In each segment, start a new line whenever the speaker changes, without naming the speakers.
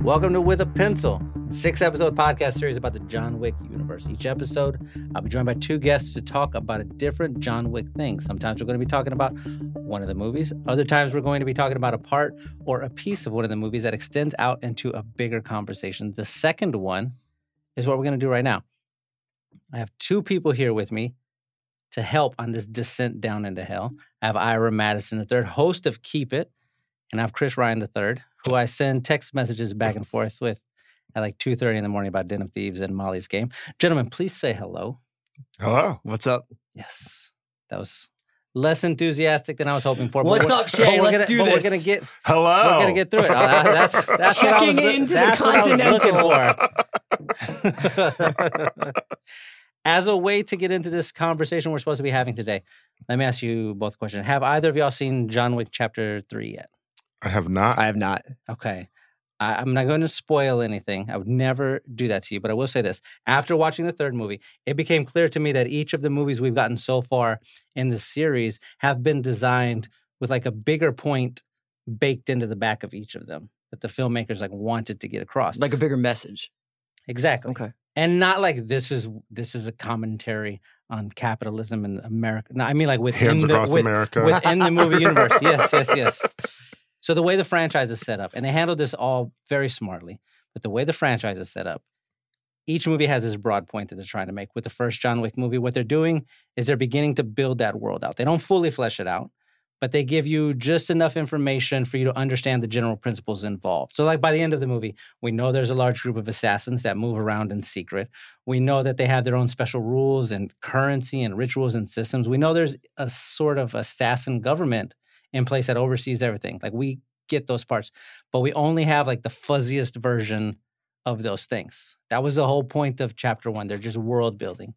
Welcome to With a Pencil, six episode podcast series about the John Wick universe. Each episode, I'll be joined by two guests to talk about a different John Wick thing. Sometimes we're going to be talking about one of the movies, other times we're going to be talking about a part or a piece of one of the movies that extends out into a bigger conversation. The second one is what we're going to do right now. I have two people here with me to help on this descent down into hell. I have Ira Madison, the third host of Keep It, and I have Chris Ryan, the third, who I send text messages back and forth with at like 2.30 in the morning about Den of Thieves and Molly's game. Gentlemen, please say hello.
Hello.
What's up?
Yes, that was less enthusiastic than I was hoping for. but
What's
we're-
up, Shay?
but we're
Let's
gonna-
do
but We're
this. Oh.
going to get
Hello.
we're gonna get through it. Uh, that's that's what I was,
Checking
loo-
into the
that's what I was looking for. As a way to get into this conversation we're supposed to be having today, let me ask you both a question. Have either of y'all seen John Wick Chapter Three yet?
I have not.
I have not.
Okay. I, I'm not going to spoil anything. I would never do that to you, but I will say this. After watching the third movie, it became clear to me that each of the movies we've gotten so far in this series have been designed with like a bigger point baked into the back of each of them that the filmmakers like wanted to get across.
Like a bigger message.
exactly.
Okay.
And not like this is this is a commentary on capitalism in America. No, I mean like within
Hands
the,
across
with-
America.
within the movie universe. Yes, yes, yes. So the way the franchise is set up, and they handled this all very smartly, but the way the franchise is set up, each movie has this broad point that they're trying to make. With the first John Wick movie, what they're doing is they're beginning to build that world out. They don't fully flesh it out, but they give you just enough information for you to understand the general principles involved. So, like by the end of the movie, we know there's a large group of assassins that move around in secret. We know that they have their own special rules and currency and rituals and systems. We know there's a sort of assassin government in place that oversees everything. Like we get those parts, but we only have like the fuzziest version of those things. That was the whole point of chapter one. They're just world building.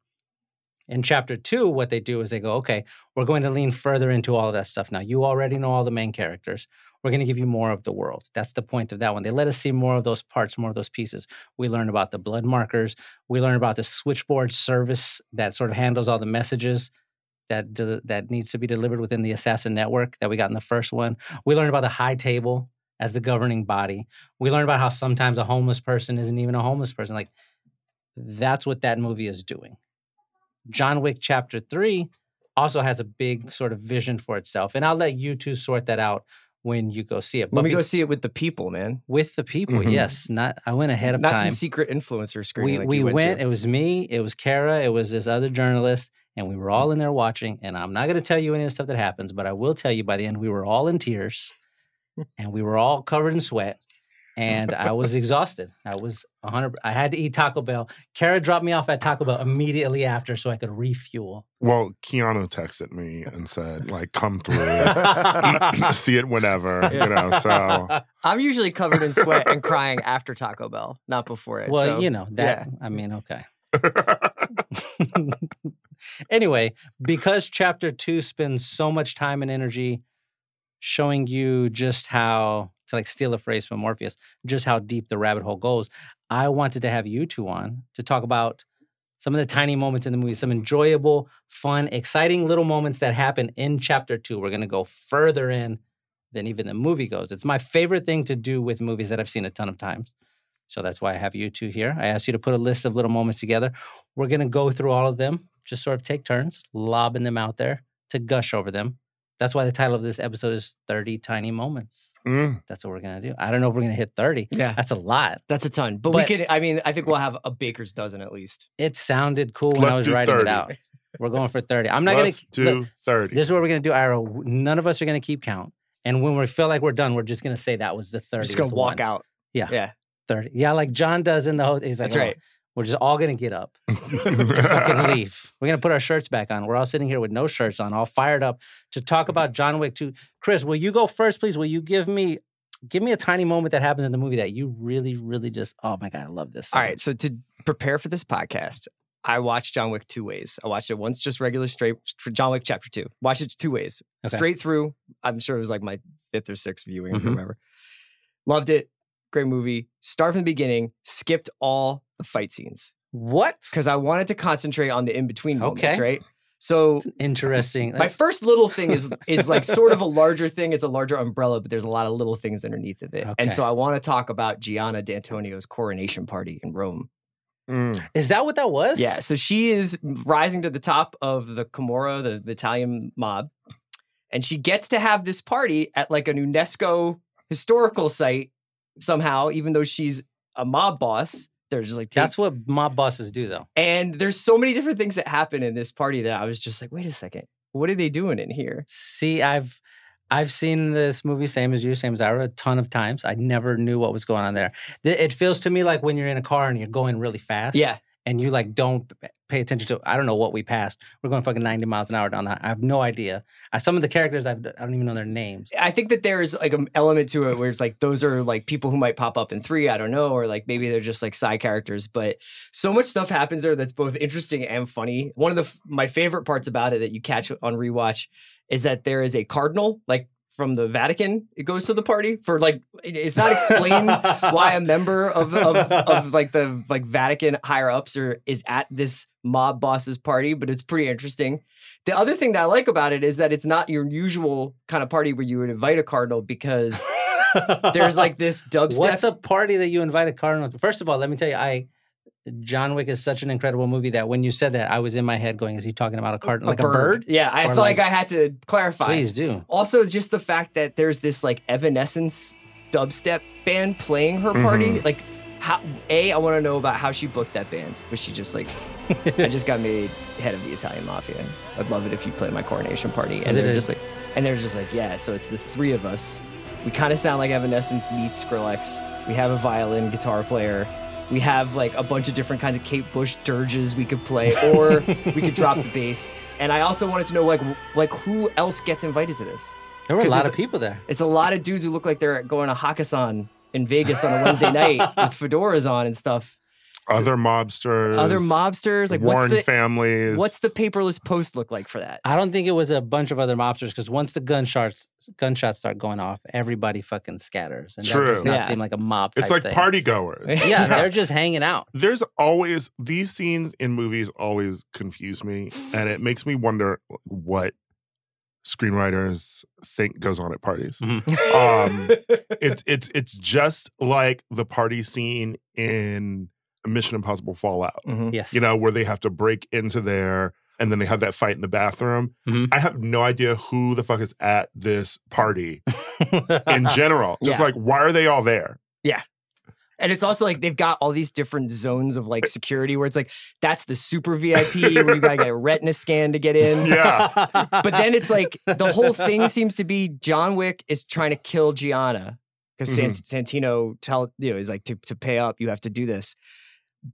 In chapter two, what they do is they go, okay, we're going to lean further into all of that stuff now. You already know all the main characters. We're going to give you more of the world. That's the point of that one. They let us see more of those parts, more of those pieces. We learn about the blood markers. We learn about the switchboard service that sort of handles all the messages that de- that needs to be delivered within the assassin network that we got in the first one. We learn about the high table as the governing body. We learn about how sometimes a homeless person isn't even a homeless person. Like that's what that movie is doing. John Wick Chapter 3 also has a big sort of vision for itself. And I'll let you two sort that out when you go see it.
Let me
be-
go see it with the people, man.
with the people,
Mhm.
yes. Not I went ahead of
Not
time
some secret influencer screen.
we,
like
we
you
went,
to.
it was me it was kara it was this other journalist and we were all in there watching and i'm not going to tell you any of the stuff that happens but i will tell you by the end we were all in tears and we were all covered in sweat and i was exhausted i was 100 i had to eat taco bell kara dropped me off at taco bell immediately after so i could refuel
well, Keanu texted me and said, like, come through. See it whenever. You know, so
I'm usually covered in sweat and crying after Taco Bell, not before it.
well
so-
you know that i mean okay anyway, because chapter two spends so much time and energy showing you just how to like steal a phrase from Morpheus, just how deep the rabbit hole goes, I wanted to have you two on to talk about some of the tiny moments in the movie, some enjoyable, fun, exciting little moments that happen in chapter two. We're gonna go further in than even the movie goes. It's my favorite thing to do with movies that I've seen a ton of times. So that's why I have you two here. I asked you to put a list of little moments together. We're going to go through all of them, just sort of take turns, lobbing them out there to gush over them. That's why the title of this episode is 30 Tiny Moments.
Mm.
That's what we're going to do. I don't know if we're going to hit 30.
yeah,
That's a lot.
that's a ton. But,
uh, But-
we could. I mean, I think we'll have a baker's dozen at least.
It sounded cool when I
Let's
was
do
writing it
30.
out. We're going for 30. I'm not going
let's
to
do 30.
This is what we're going to do, Ira. W- None of us are going to keep count. And when we feel like we're done, we're just going to say that was the 30.
just gonna walk out.
30. Yeah, like John does in the whole. He's like,
That's
"Oh,
right.
We're just all going to get up. fucking leave. We're gonna put our shirts back on. We're all sitting here with no shirts on, all fired up to talk about John Wick 2. Chris, will you go first, please? Will you give me give me a tiny moment that happens in the movie that you really, really just oh my god, I love this. so
All right.
much.
So to prepare for this podcast, I watched John Wick two ways. I watched it once, just regular straight str- John Wick chapter two. Watched it two ways,
Okay.
straight through. I'm sure it was like my fifth or sixth viewing,
Mhm.
or whatever. Loved it. Great movie. Start from the beginning. Skipped all the fight scenes
What?
because I wanted to concentrate on the in between moments.
Okay.
Right. So
Interesting.
my first little thing is is like sort of a larger thing. It's a larger umbrella, but there's a lot of little things underneath of it.
Okay.
And so I want to talk about Gianna D'Antonio's coronation party in Rome.
Mm.
Is that what that was?
Yeah, so she is rising to the top of the Camorra, the Italian mob, and she gets to have this party at like an UNESCO historical site somehow, even though she's a mob boss. They're just like, take-
That's what mob bosses do, though.
and there's so many different things that happen in this party that I was just like, wait a second, what are they doing in here?
See, I've I've seen this movie, same as you, same as Ira, a ton of times. I never knew what was going on there. Th- It feels to me like when you're in a car and you're going really fast.
Yeah,
and you like don't p- pay attention to I don't know what we passed. We're going fucking 90 miles an hour down that. I have no idea. I, some of the characters I've, I don't even know their names.
I think that there's like an element to it where it's like those are like people who might pop up in three, I don't know, or like maybe they're just like side characters. But so much stuff happens there that's both interesting and funny. One of the f- my favorite parts about it that you catch on rewatch is that there is a cardinal like from the Vatican. It goes to the party for like it- it's not explained why a member of, of of like the like Vatican higher ups are is at this mob boss's party, but it's pretty interesting. The other thing that I like about it is that it's not your usual kind of party where you would invite a cardinal because there's like this dubstep.
What's a party that you invite a cardinal? To? First of all, let me tell you, I John Wick is such an incredible movie that when you said that, I was in my head going, "Is he talking about a cardinal, like a bird?"
Yeah, I
Or
felt like,
like-
I had to clarify.
Please do.
Also, just the fact that there's this like Evanescence dubstep band playing her party.
Mm-hmm.
Like, how, A, I want to know about how she booked that band. Was she just like, I just got made head of the Italian mafia. I'd love it if you play my coronation party. And
Is it
they're
a-
just like, and they're just like, yeah, so it's the three of us. We kind of sound like Evanescence meets Skrillex. We have a violin guitar player. We have like a bunch of different kinds of Kate Bush dirges we could play, or we could drop the bass. And I also wanted to know like w- like who else gets invited to this.
There were a
'Cause
lot
it's-
of people there.
It's a lot of dudes who look like they're going to Hakkasan in Vegas on a Wednesday night with fedoras on and stuff.
Other mobsters.
Other mobsters, like
Warren
what's the
families.
what's the paperless post look like for that?
I don't think it was a bunch of other mobsters because once the gunshots gunshots start going off, everybody fucking scatters, and
True.
that does not
Yeah.
seem like a mob.
it's
type
like
thing.
party goers.
Yeah, they're just hanging out.
There's always these scenes in movies always confuse me, and it makes me wonder what screenwriters think goes on at parties.
Mm-hmm.
Um, it's it's it's just like the party scene in Mission Impossible Fallout.
Mhm.
Yes,
You know, where they have to break into there and then they have that fight in the bathroom.
Mhm.
I have no idea who the fuck is at this party in general. Just
Yeah.
like why are they all there?
And it's also like they've got all these different zones of like security where it's like that's the super VIP where you gotta get a retina scan to get in.
Yeah.
But then it's like the whole thing seems to be John Wick is trying to kill Gianna because
Mm-hmm.
Santino tell you know is like to to pay up you have to do this,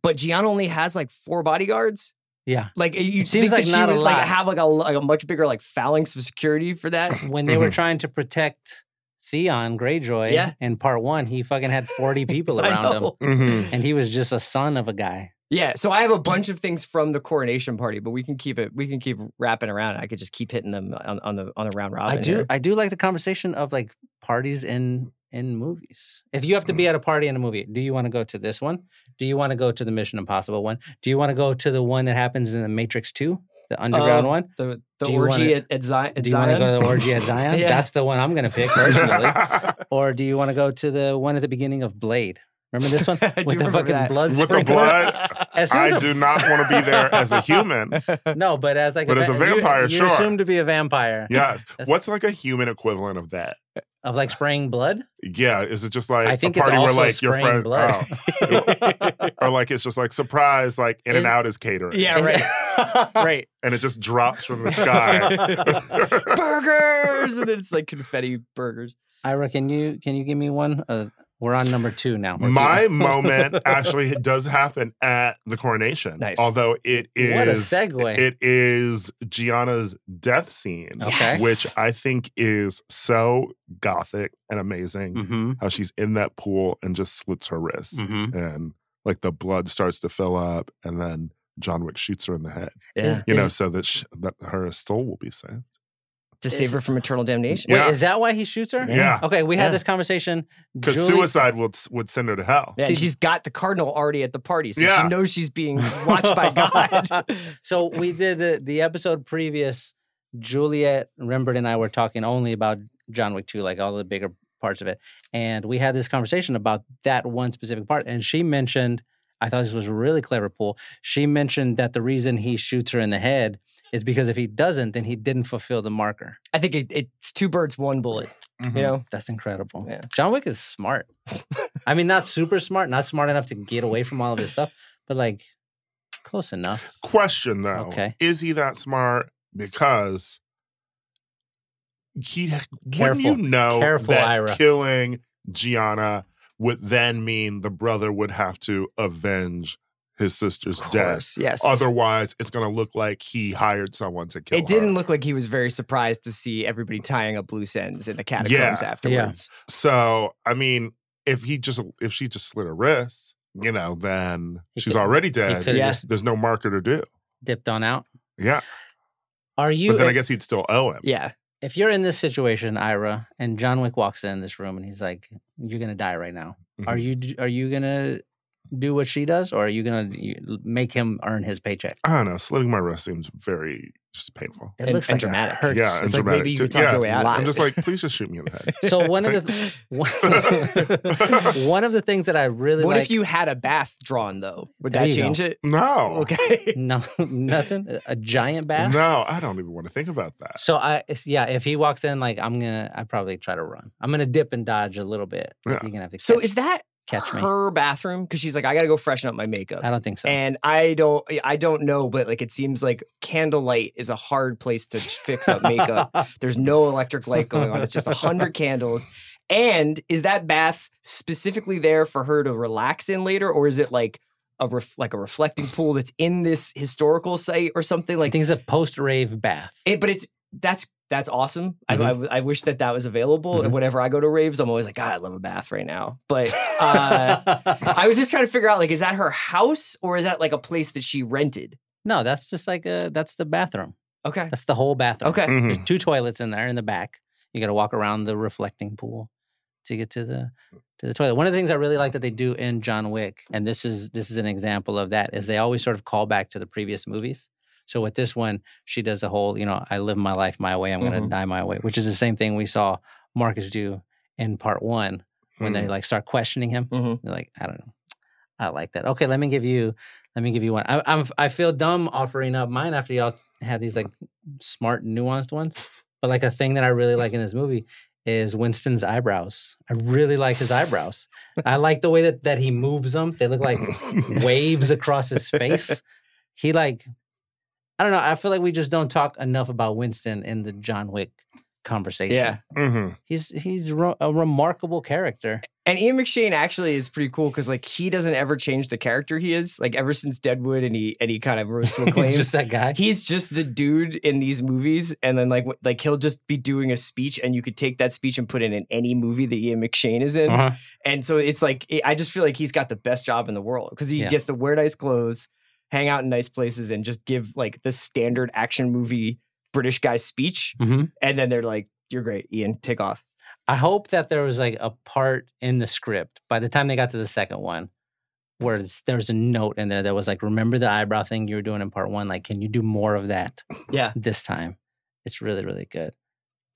but Gianna only has like four bodyguards.
yeah,
Like you
It seems like
that she
not a
would, like,
lot.
have like a like a much bigger like phalanx of security for that.
when they
Mm-hmm.
were trying to protect Theon Greyjoy
Yeah.
in part one, he fucking had forty people
I
around Hmm. him,
know.
Mhm.
and he was just a son of a guy.
Yeah, so I have a bunch of things from the coronation party, but we can keep it. We can keep wrapping around. I could just keep hitting them on, on the on the round
I
robin.
do,
here.
I do like the conversation of like parties in in movies. If you have to be
Mm.
at a party in a movie, do you want to go to this one? Do you want to go to the Mission Impossible one? Do you want to go to the one that happens in the Matrix Two, the underground
Uh,
one?
the the
Do you wanna-
orgy at, at, Zi- at
Do you want
Zion.
to go to the orgy at Zion?
Yeah.
That's the one I'm going to pick personally. or do you want to go to the one at the beginning of Blade? Remember this one
I do
with the
remember
fucking
that.
blood?
With the
sprinkler?
blood,
As soon as
I
a-
do not want to be there as a human.
No, but as like
But as a
va- you-
vampire,
you're
sure.
assumed to be a vampire.
Yes.
That's-
What's like a human equivalent of that?
of like spraying blood.
Yeah. Is it just like
I think
a
it's
party where
also
like your
spraying
friend,
blood.
oh. or like it's just like surprise, like In
Is-
and Out is catering,
Yeah, right.
Ah.
right.
and it just drops from the sky.
burgers, and then it's like confetti burgers.
Ira, can you can you give me one? Uh, we're on number two now. We're
My
good.
moment actually does happen at the coronation,
Nice.
although it is
What a segue.
It is Gianna's death scene,
Okay.
which I think is so gothic and amazing.
Mm-hmm,
hmm
How she's in that pool and just slits her wrists.
hmm
and like the blood starts to fill up, and then John Wick shoots her in the head.
Yeah.
You know,
Is-
so that sh that her soul will be saved.
to save her from eternal damnation.
Wait,
Yeah.
is that why he shoots her?
Yeah.
Okay, we had
Yeah.
this conversation.
Because
Julie-
suicide would would send her to hell.
Yeah,
See-
and she's got the cardinal already at the party, so
Yeah.
she knows she's being watched by God.
so we did the, the episode previous. Juliet Rembert and I were talking only about John Wick 2, like all the bigger parts of it. And we had this conversation about that one specific part. And she mentioned, I thought this was a really clever pool. She mentioned that the reason he shoots her in the head is because if he doesn't, then he didn't fulfill the marker.
I think it, it's two birds, one bullet.
Mm-hmm.
Mm-hmm.
You know,
That's incredible.
Yeah.
John Wick is smart. I mean, not super smart, not smart enough to get away from all of his stuff, but like close enough.
Question though.
Okay.
Is he that smart? Because he
Careful.
wouldn't you know
Careful,
that
Ira.
killing Gianna would then mean the brother would have to avenge his sister's
Of
death.
course, yes.
Otherwise, it's going to look like he hired someone to kill
it didn't
her.
look like he was very surprised to see everybody tying up loose ends in the catacombs afterwards.
So, I mean, if he just if she just slit her wrist, you know, then
He
she's
could-
already
He
dead.
could have
Yeah.
just
There's no marker to do.
dipped on out.
Yeah,
Are you?
but then I
if-
guess he'd still owe him.
Yeah.
if you're in this situation, Ira, and John Wick walks in this room and he's like, "You're gonna die right now. Are
Mm-hmm.
you? Are you gonna do what she does, or are you gonna you- make him earn his paycheck?"
I don't know. Slitting my wrist seems very just painful.
It
And-
looks
and
like it
dramatic.
hurts.
Yeah, and
It's like
dramatic
maybe you
too.
could talk your way out. of
I'm
it.
just like, please just shoot me in the head.
So one of the one, one of the things that I really
what
like,
if you had a bath drawn though? Would
There
that
you go.
change it?
No,
Okay.
no nothing a- a giant bath.
no, I don't even want to think about that.
So I it's- yeah, if he walks in like I'm gonna, I probably try to run. I'm gonna dip and dodge a little bit.
Yeah.
You're gonna have to catch,
So is that
catch me.
her bathroom? Because she's like, I gotta go freshen up my makeup.
I don't think so.
And I don't, I don't know, but like it seems like candlelight is a hard place to fix up makeup. There's no electric light going on. It's just a hundred candles. And is that bath specifically there for her to relax in later, or is it like a ref, like a reflecting pool that's in this historical site or something
I
like?
think it's a post rave bath.
It, but it's that's that's awesome.
Mhm.
I, I, I wish that that was available.
Mhm.
And whenever I go to raves, I'm always like, God, I love a bath right now. But uh, I was just trying to figure out like, is that her house or is that like a place that she rented?
no, that's just like a that's the bathroom.
Okay.
That's the whole bathroom.
Okay.
Mhm.
There's two toilets in there in the back. You got to walk around the reflecting pool to get to the to the toilet. One of the things I really like that they do in John Wick, and this is this is an example of that, is they always sort of call back to the previous movies. So with this one, she does the whole, you know, I live my life my way, I'm going to
Mhm.
die my way, which is the same thing we saw Marcus do in part one when they like start questioning him.
Mhm.
They're like, I don't know, I like that. Okay, let me give you, let me give you one. I, I'm I feel dumb offering up mine after y'all had these like smart, nuanced ones. But like a thing that I really like in this movie is Winston's eyebrows. I really like his eyebrows. I like the way that that he moves them. They
mm-hmm.
look like waves across his face. He like I don't know. I feel like we just don't talk enough about Winston in the John Wick conversation.
Yeah.
Mhm.
He's he's re- a remarkable character.
And Ian McShane actually is pretty cool because like he doesn't ever change the character he is. Like ever since Deadwood and he and he kind of rose to acclaim.
He's just that guy.
He's just the dude in these movies, and then like w- like he'll just be doing a speech, and you could take that speech and put it in any movie that Ian McShane is in.
Uh-huh.
And so it's like it- I just feel like he's got the best job in the world because he
Yeah.
gets to wear nice clothes, hang out in nice places, and just give like the standard action movie British guy speech.
Mhm.
And then they're like, "You're great, Ian. Take off."
I hope that there was like a part in the script by the time they got to the second one where it's, there was a note in there that was like, remember the eyebrow thing you were doing in part one? Like, can you do more of that
Yeah,
this time? It's really, really good.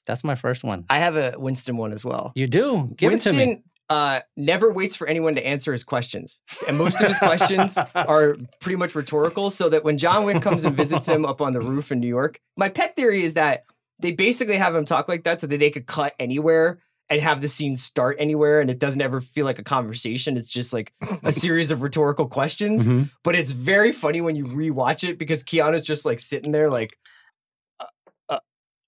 That's my first one.
I have a Winston one as well.
You do. Give
Winston
it to me.
Uh, never waits for anyone to answer his questions, and most of his questions are pretty much rhetorical. So that when John Wick comes and visits him up on the roof in New York, my pet theory is that they basically have him talk like that so that they could cut anywhere and have the scene start anywhere, and it doesn't ever feel like a conversation. It's just like a series of rhetorical questions.
Mhm.
But it's very funny when you rewatch it because Keanu's just like sitting there, like. uh, uh,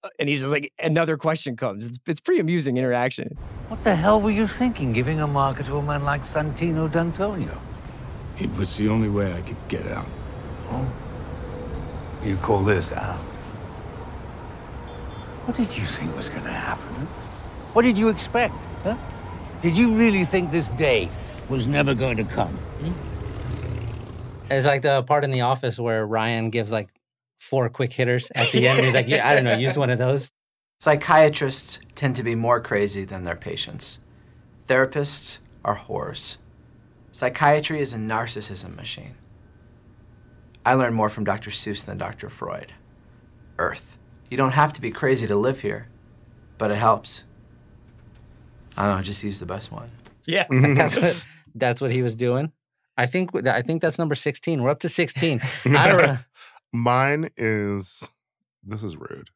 uh, And he's just like another question comes. It's it's pretty amusing interaction.
What the hell were you thinking giving a marker to a man like Santino D'Antonio?
It was the only way I could get out.
You call this out? What did you think was going to happen? What did you expect? Huh? Did you really think this day was never going to come?
It's like the part in The Office where Ryan gives like four quick hitters at the end. He's like, yeah, I don't know, use one of those.
Psychiatrists tend to be more crazy than their patients. Therapists are whores. Psychiatry is a narcissism machine. I learned more from Dr. Seuss than Dr. Freud. Earth. You don't have to be crazy to live here, but it helps. I don't know, just use the best one.
Yeah.
That's what, that's what he was doing. I think w- I think that's number sixteen. We're up to sixteen. I don't know.
Mine is this is rude.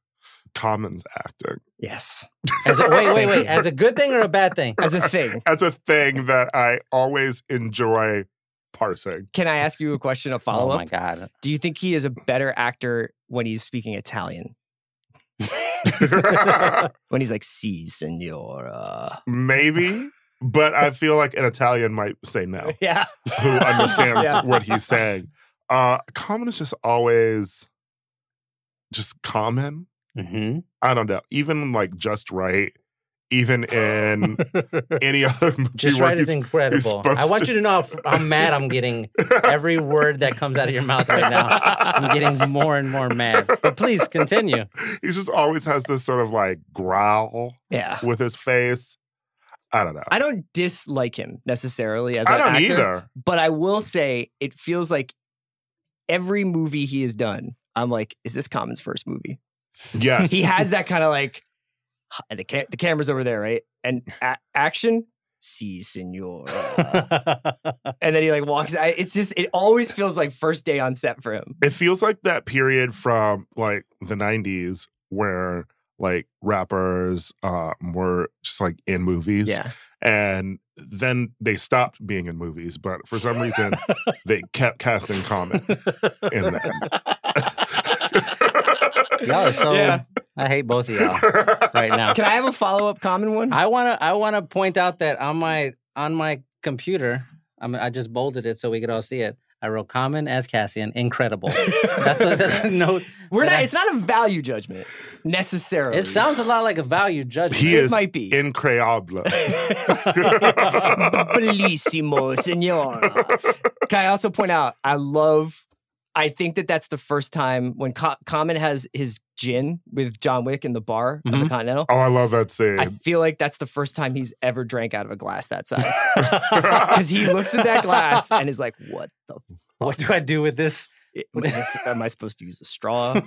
Commons acting.
Yes.
As a, wait, wait, wait. As a good thing or a bad thing?
As a thing.
That's a thing that I always enjoy parsing.
Can I ask you a question, a follow
oh
up?
my god.
Do you think he is a better actor when he's speaking Italian? When he's like, uh, si, signora.
Maybe, but I feel like an Italian might say no,
Yeah.
who understands
Yeah.
what he's saying. Uh, common is just always just common.
hmm
I don't know. Even like just right, even in any other movie
Just
where
right is
he's-
incredible. I
supposed
want
to-
you to know how, f- how mad I'm getting every word that comes out of your mouth right now. I'm getting more and more mad. But please continue.
he just always has this sort of like growl
Yeah.
with his face. I don't know.
I don't dislike him necessarily as
I
an
don't
actor,
either.
but I will say it feels like every movie he has done, I'm like, is this Common's first movie?
Yes.
he has that kind of like the ca- the camera's over there, right? And a- action, si senor. and then he like walks. I, it's just it always feels like first day on set for him.
it feels like that period from like the 90s where like rappers uh, were just like in movies
Yeah,
and then they stopped being in movies but for some reason they kept casting common in them
Y'all are so.
Yeah.
I hate both of y'all right now.
can I have a follow up common one?
I wanna I wanna point out that on my on my computer, I'm, I just bolded it so we could all see it. I wrote common as Cassian, incredible. that's a, that's a note.
We're
that
not.
I-
It's not a value judgment necessarily.
It sounds a lot like a value judgment.
he
It
is
might be.
incredible
bellissimo, senor. Can I also point out? I love. I think that that's the first time when Co- Common has his gin with John Wick in the bar of the
Mhm.
Continental.
oh i love that scene
I feel like that's the first time he's ever drank out of a glass that size. Because he looks at that glass and is like, what the
What do I do with this?
f- is this? Am I supposed to use a straw?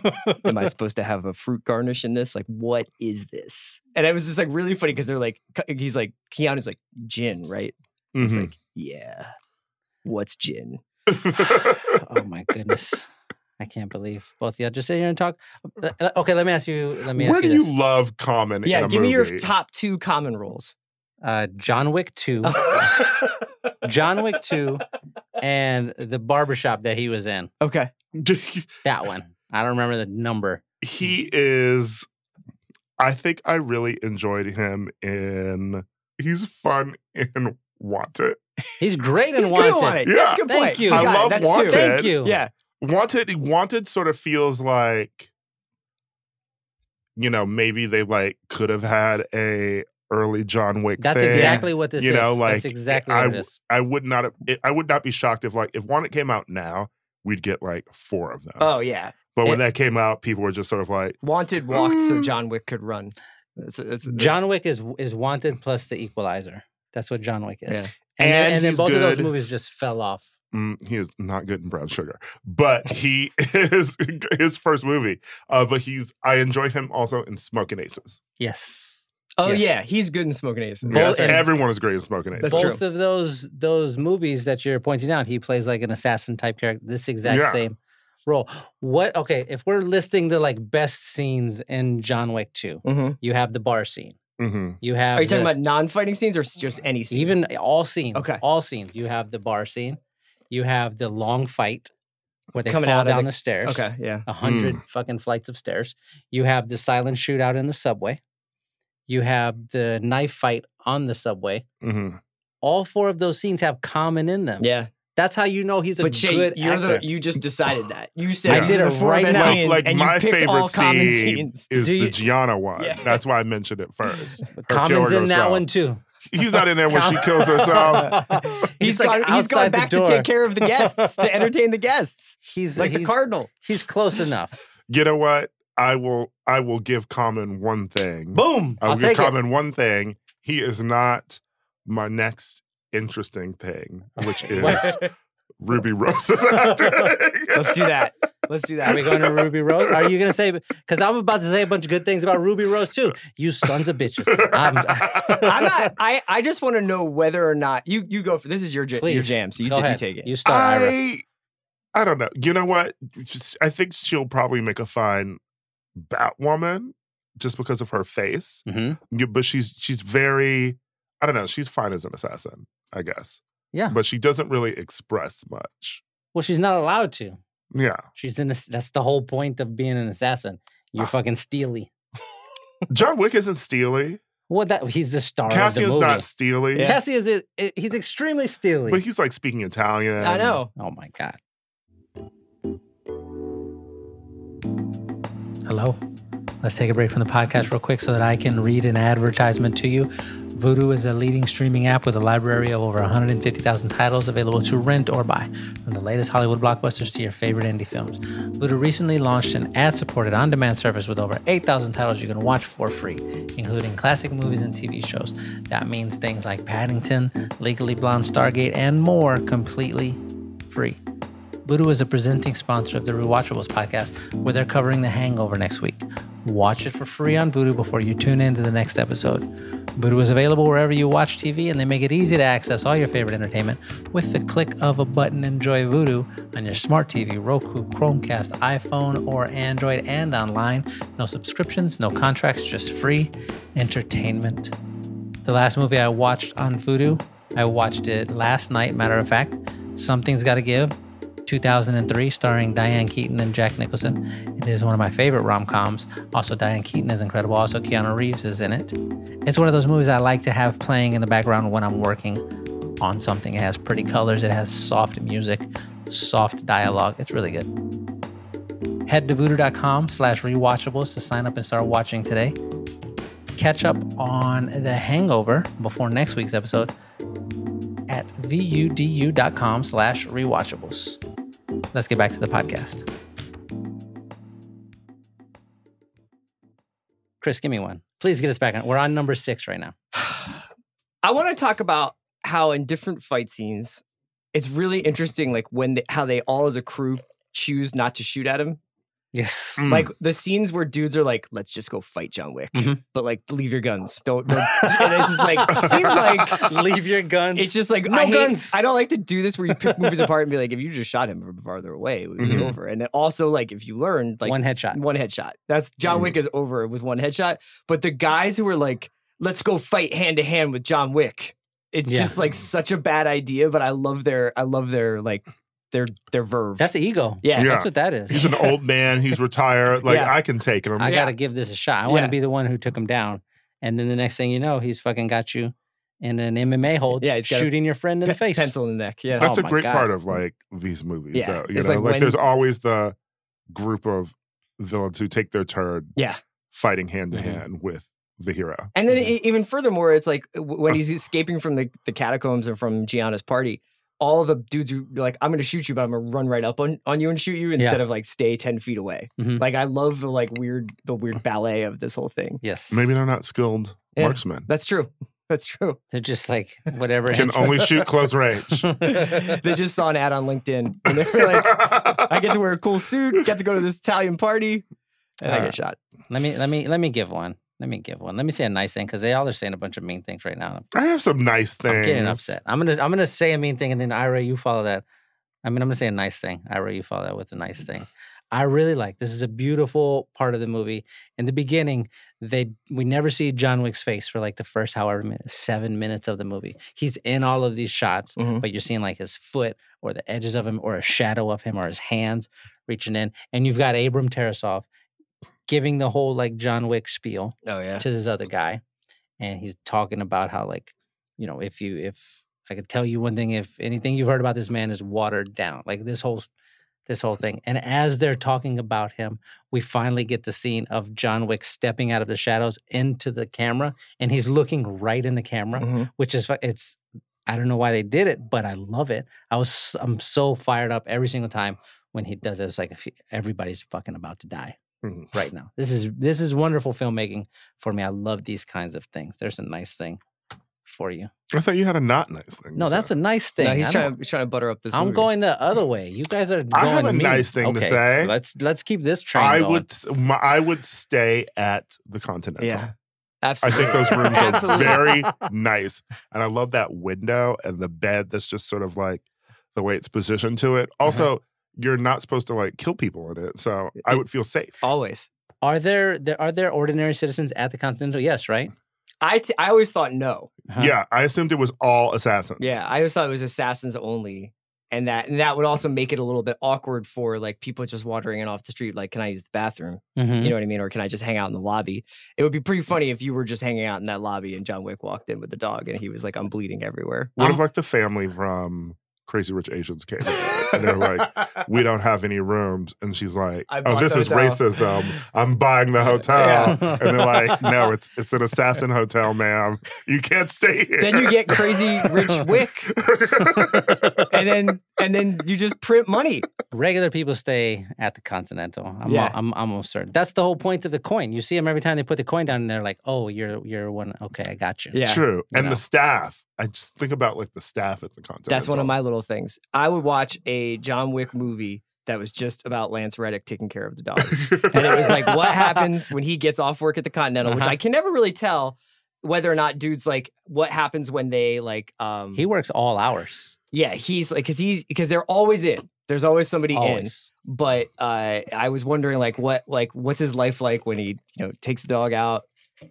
Am I supposed to have a fruit garnish in this? Like, what is this? And it was just like really funny because they're like, c- he's like, Keanu's like, gin, right? He's
Mhm.
like, yeah. What's gin?
Oh my goodness. I can't believe both of y'all just sit here and talk. Uh, uh, Okay, let me ask you. Let me ask
where do
you
you
this.
love common in
Yeah,
a
give me your
movie?
top two common rules.
uh, John Wick Two, John Wick Two, and the barbershop that he was in.
okay.
That one. I don't remember the number.
he is i think i really enjoyed him in he's fun in wanted
He's great in
He's good
Wanted.
at one it.
Yeah.
That's a good
Thank
point.
you.
We
I
got it.
love
That's two.
Wanted.
Thank you.
Yeah.
wanted wanted sort of feels like you know maybe they like could have had a early john wick
That's
thing.
exactly what this
you
is.
know
That's
like
exactly
I,
what it is.
I would not have- it, i would not be shocked if like if wanted came out now we'd get like four of them
Oh, yeah.
but when
it-
that came out people were just sort of like
Wanted walked so John Wick could run. That's, that's,
John Wick is is wanted plus the equalizer. That's what John Wick is.
Yeah.
And, then- and
And
then
he's
both of
good.
those movies just fell off.
mm, he is not good in brown sugar, but he is his first movie. Uh, but he's I enjoy him also in Smoking Aces.
Yes.
Oh
Yes.
yeah, he's good in smoking aces.
Yeah,
Yes,
and-
everyone is great in Smoking Aces.
That's
both of those those movies that you're pointing out, he plays like an assassin type character, this exact
Yeah.
same role. What okay, if we're listing the like best scenes in John Wick 2,
Mhm.
you have the bar scene.
hmm
You have
Are you talking
the-
about non-fighting scenes or s- just any scene?
even all scenes.
Okay.
All scenes. You have the bar scene. You have the long fight where they
Coming
fall
out of
down
the-
the stairs.
okay, yeah.
a hundred fucking flights of stairs. You have the silent shootout in the subway. You have the knife fight on the subway.
hmm
All four of those scenes have common in them.
Yeah,
That's how you know he's a
but Shay,
good
you're
actor.
the you just decided that you said
I
these
did
are the
it
four
right
best
now.
Like,
scenes,
like
and you
my
picked all
favorite
common
scene
scenes.
is
Do
the
you-
Gianna one.
Yeah.
That's why I mentioned it first. Her
Common's
killing
in that
herself.
one too.
He's not in there when she kills herself.
he's, like
gone, he's gone
outside the
back to
door.
take care of the guests to entertain the guests,
He's
like the
he's-
cardinal.
He's close enough.
You know what? I will I will give Common one thing.
Boom.
I will
I'll
give
take it.
Common one thing. He is not my next interesting thing, which is Ruby Rose's acting.
Let's do that. Let's do
Are
that.
we going to Ruby Rose? Are you going to say? Because I'm about to say a bunch of good things about Ruby Rose too. You sons of bitches. I'm,
I'm not. I, I just want to know whether or not you you go for this is your j- your
Please,
jam. So you,
go
t- you
ahead.
take it.
You start, Ira.
I I don't know. You know what? Just- I think she'll probably make a fine Batwoman just because of her face.
Mhm.
Yeah, but she's she's very I don't know, she's fine as an assassin, I guess.
Yeah.
But she doesn't really express much.
Well, she's not allowed to.
Yeah.
She's in this. That's the whole point of being an assassin.
Ah.
You're fucking steely.
John Wick isn't steely.
What that? He's the star of the
Cassian's
movie.
not steely.
Yeah.
Cassie is. is- He's extremely steely.
But he's like speaking Italian.
I know.
oh my god. Hello. Let's take a break from the podcast real quick so that I can read an advertisement to you. Voodoo is a leading streaming app with a library of over 150,000 titles available to rent or buy, from the latest Hollywood blockbusters to your favorite indie films. Voodoo recently launched an ad supported on demand service with over 8,000 titles you can watch for free, including classic movies and TV shows. That means things like Paddington, Legally Blonde, Stargate, and more completely free. Voodoo is a presenting sponsor of the Rewatchables podcast, where they're covering The Hangover next week. Watch it for free on Voodoo before you tune in to the next episode. Voodoo is available wherever you watch TV, and they make it easy to access all your favorite entertainment with the click of a button. Enjoy Voodoo on your smart TV, Roku, Chromecast, iPhone, or Android, and online. No subscriptions, no contracts, just free entertainment. The last movie I watched on Voodoo, I watched it last night, matter of fact. Something's Gotta Give, 2003, starring Diane Keaton and Jack Nicholson. It is one of my favorite rom coms. Also, Diane Keaton is incredible. Also, Keanu Reeves is in it. It's one of those movies I like to have playing in the background when I'm working on something. It has pretty colors, it has soft music, soft dialogue. It's really good. Head to voodoo.com slash rewatchables to sign up and start watching today catch up on the hangover before next week's episode at vudu.com slash rewatchables let's get back to the podcast chris give me one please get us back on we're on number six right now
I want to talk about how in different fight scenes, it's really interesting, like when they, how they all as a crew choose not to shoot at him.
yes
Mm.
Like the scenes where dudes are like, "Let's just go fight John Wick,"
Mhm.
but like, leave your guns. Don't. don't and it's just like seems like
leave your guns
it's just like
No
I hate-
guns.
I don't like to do this where you pick movies apart and be like, "If you just shot him from farther away, it would be
Mhm.
over." And then also like if you learned like
Mm-hmm. one Mm-hmm. headshot
one headshot. That's John Wick is over with one headshot. But the guys who were like, let's go fight hand to hand with John Wick. It's
Yeah.
just like such a bad idea, but I love their I love their like their their verve.
that's ego
yeah.
Yeah.
that's what that
He's
is
an old man. He's retired. Like
Yeah.
I can take him.
i
Yeah.
gotta give this a shot i want
Yeah.
to be the one who took him down and then the next thing you know he's fucking got you in an mma hold
Yeah, he's got a
shooting your friend in
Pe-
the face
Pencil in the neck. Yeah.
That's
Oh
a
my
great
God.
part of like these movies,
Yeah.
though. You
It's
know,
like
like
when-
there's always the group of villains who take their turn.
Yeah.
fighting hand to
Mhm.
hand with the hero.
And
Mm-hmm.
then e- even furthermore, it's like w- when he's escaping from the, the catacombs and from Gianna's party, all the dudes who are like, I'm going to shoot you, but I'm going to run right up on, on you and shoot you instead of like stay 10 feet away.
Mhm.
Like I love the like weird, the weird ballet of this whole thing.
yes
Maybe they're not skilled
Yeah.
marksmen.
That's true. That's true.
They're just like whatever.
Can
henchman-
only shoot close range.
they just saw an ad on LinkedIn and they were like, I get to wear a cool suit, get to go to this Italian party, and I get
Alright.
shot.
let me let me let me give one. Let me give one. Let me say a nice thing because they all are saying a bunch of mean things right now.
I have some nice
I'm,
things.
I'm getting upset. I'm gonna I'm gonna say a mean thing and then Ira, you follow that. I mean, I'm gonna say a nice thing. Ira, you follow that with a nice thing. I really like this is a beautiful part of the movie. In the beginning, they we never see John Wick's face for like the first however minute, seven minutes of the movie. He's in all of these shots,
Mhm.
but you're seeing like his foot or the edges of him or a shadow of him or his hands reaching in. And you've got Abram Tarasov giving the whole like John Wick spiel
Oh yeah.
to this other guy and he's talking about how like you know if you if i could tell you one thing if anything you've heard about this man is watered down like this whole this whole thing and as they're talking about him we finally get the scene of john wick stepping out of the shadows into the camera and he's looking right in the camera
Mm-hmm.
which is fu- it's I don't know why they did it, but I love it. I was s- I'm so fired up every single time when he does it. It's like if he- everybody's fucking about to die.
Mhm.
right now. This is this is wonderful filmmaking for me. I love these kinds of things. There's a nice thing for you.
I thought you had a not nice thing.
No,
to say.
that's a nice thing.
No,
I
he's
don't-
trying, trying to butter up this.
I'm
movie.
going the other way. You guys are.
I
going
have a
me.
nice thing to
Okay,
say.
Let's let's keep this train.
I
going.
would s- my, I would stay at the Continental.
Yeah,
I
absolutely.
think those rooms are
Absolutely.
very nice, and I love that window and the bed. That's just sort of like the way it's positioned to it.
Uh-huh.
Also, you're not supposed to like kill people in it, so I would feel safe.
always.
Are there, there are there ordinary citizens at the Continental? Yes, right.
I, t- I always thought no.
Uh-huh.
Yeah, I assumed it was all assassins.
Yeah, I always thought it was assassins only, and that and that would also make it a little bit awkward for like people just wandering in off the street. Like, can I use the bathroom?
Mhm.
You know what I mean? Or can I just hang out in the lobby? It would be pretty funny if you were just hanging out in that lobby and John Wick walked in with the dog and he was like, "I'm bleeding everywhere."
What if
I'm-
like the family from Crazy Rich Asians came in and they're like, "We don't have any rooms," and she's like,
I
"Oh,
bought
this
the
is
hotel."
racism. I'm buying the hotel."
Yeah.
And they're like, "No, it's it's an assassin hotel, ma'am. You can't stay here."
then you get crazy rich Wick, and then and then you just print money.
Regular people stay at the Continental. I'm,
Yeah.
al- I'm almost certain. That's the whole point of the coin. You see them every time they put the coin down, and they're like, "Oh, you're you're one. Okay, I got you."
Yeah.
True. And
know.
the staff. I just think about like the staff at the Continental.
That's one of my little things. I would watch a John Wick movie that was just about Lance Reddick taking care of the dog. and it was like, what happens when he gets off work at the Continental, which
Uh-huh.
I can never really tell whether or not dudes like what happens when they like um
He works all hours.
yeah, he's like cuz he's cuz they're always in. There's always somebody in.
Always.
But uh I was wondering like what like what's his life like when he, you know, takes the dog out,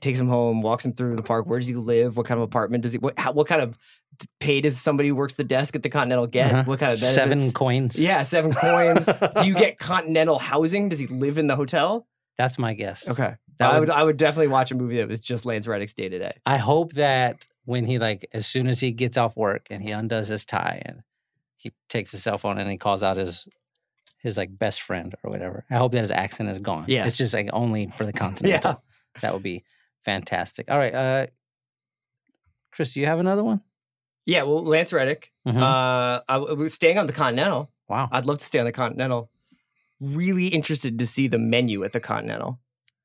takes him home, walks him through the park. Where does he live? What kind of apartment does he what how, what kind of d- pay does somebody who works the desk at the Continental get?
Uh-huh.
What kind of
Seven
benefits?
coins.
Yeah, seven coins. Do you get continental housing? Does he live in the hotel?
That's my guess.
Okay.
That
I
would-
would I would definitely watch a movie that was just Lance Reddick's day to day.
I hope that when he like as soon as he gets off work and he undoes his tie and he takes his cell phone and he calls out his his like best friend or whatever. I hope that his accent is gone.
Yeah.
It's just like only for the continental. That would be fantastic. All right. Uh Chris, do you have another one?
Yeah, well, Lance Reddick.
Mhm.
Uh, I w- was staying on the Continental.
wow.
I'd love to stay on the Continental. Really interested to see the menu at the Continental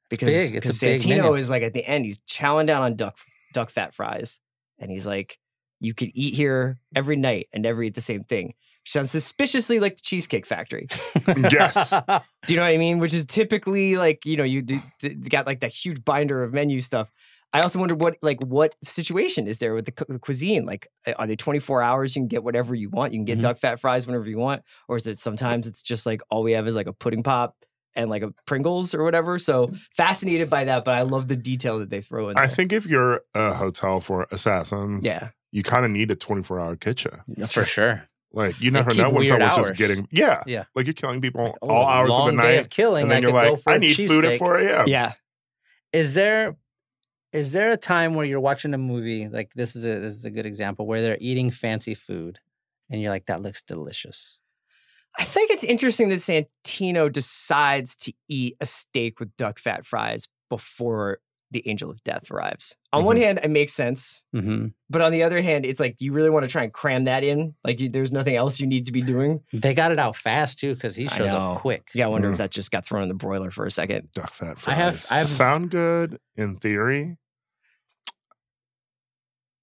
because
big. It's a
'cause
big
Santino
menu.
is like at the end. He's chowing down on duck duck fat fries, and he's like, "You could eat here every night and never eat the same thing." Sounds suspiciously like the Cheesecake Factory.
Yes.
Do you know what I mean? Which is typically like you know you do, d- got like that huge binder of menu stuff. I also wonder what like what situation is there with the, cu- the cuisine? Like, uh, are they twenty four hours? You can get whatever you want. You can get
Mm-hmm.
Mhm.
duck fat fries whenever you want, or is it sometimes it's just like all we have is like a pudding pop and like a Pringles or whatever? So fascinated by that, but I love the detail that they throw in. There.
Mm. I think if you're a hotel for assassins,
yeah,
you kind of need a 24 hour kitchen.
for sure.
Like you never
keep
know when
weird
someone's
hours.
just getting yeah
Yeah.
like you're killing people
Oh,
all hours of
long
the
day
night,
of killing.
and then
I
you're
could go
like,
for
I
a
need food at
cheesesteak."
4 a.m.
yeah.
is there is there a time where you're watching a movie like this is a this is a good example where they're eating fancy food and you're like that looks delicious
I think it's interesting that Santino decides to eat a steak with duck fat fries before the Angel of Death arrives. On
Mm-hmm.
one hand, it makes sense.
hmm
But on the other hand, it's like you really want to try and cram that in. Like you, there's nothing else you need to be doing.
they got it out fast too because he
I
shows
know.
up quick
Yeah, I wonder if that just got thrown in the broiler for a second.
Duck fat
I
fries.
have- I have-
sound good in theory.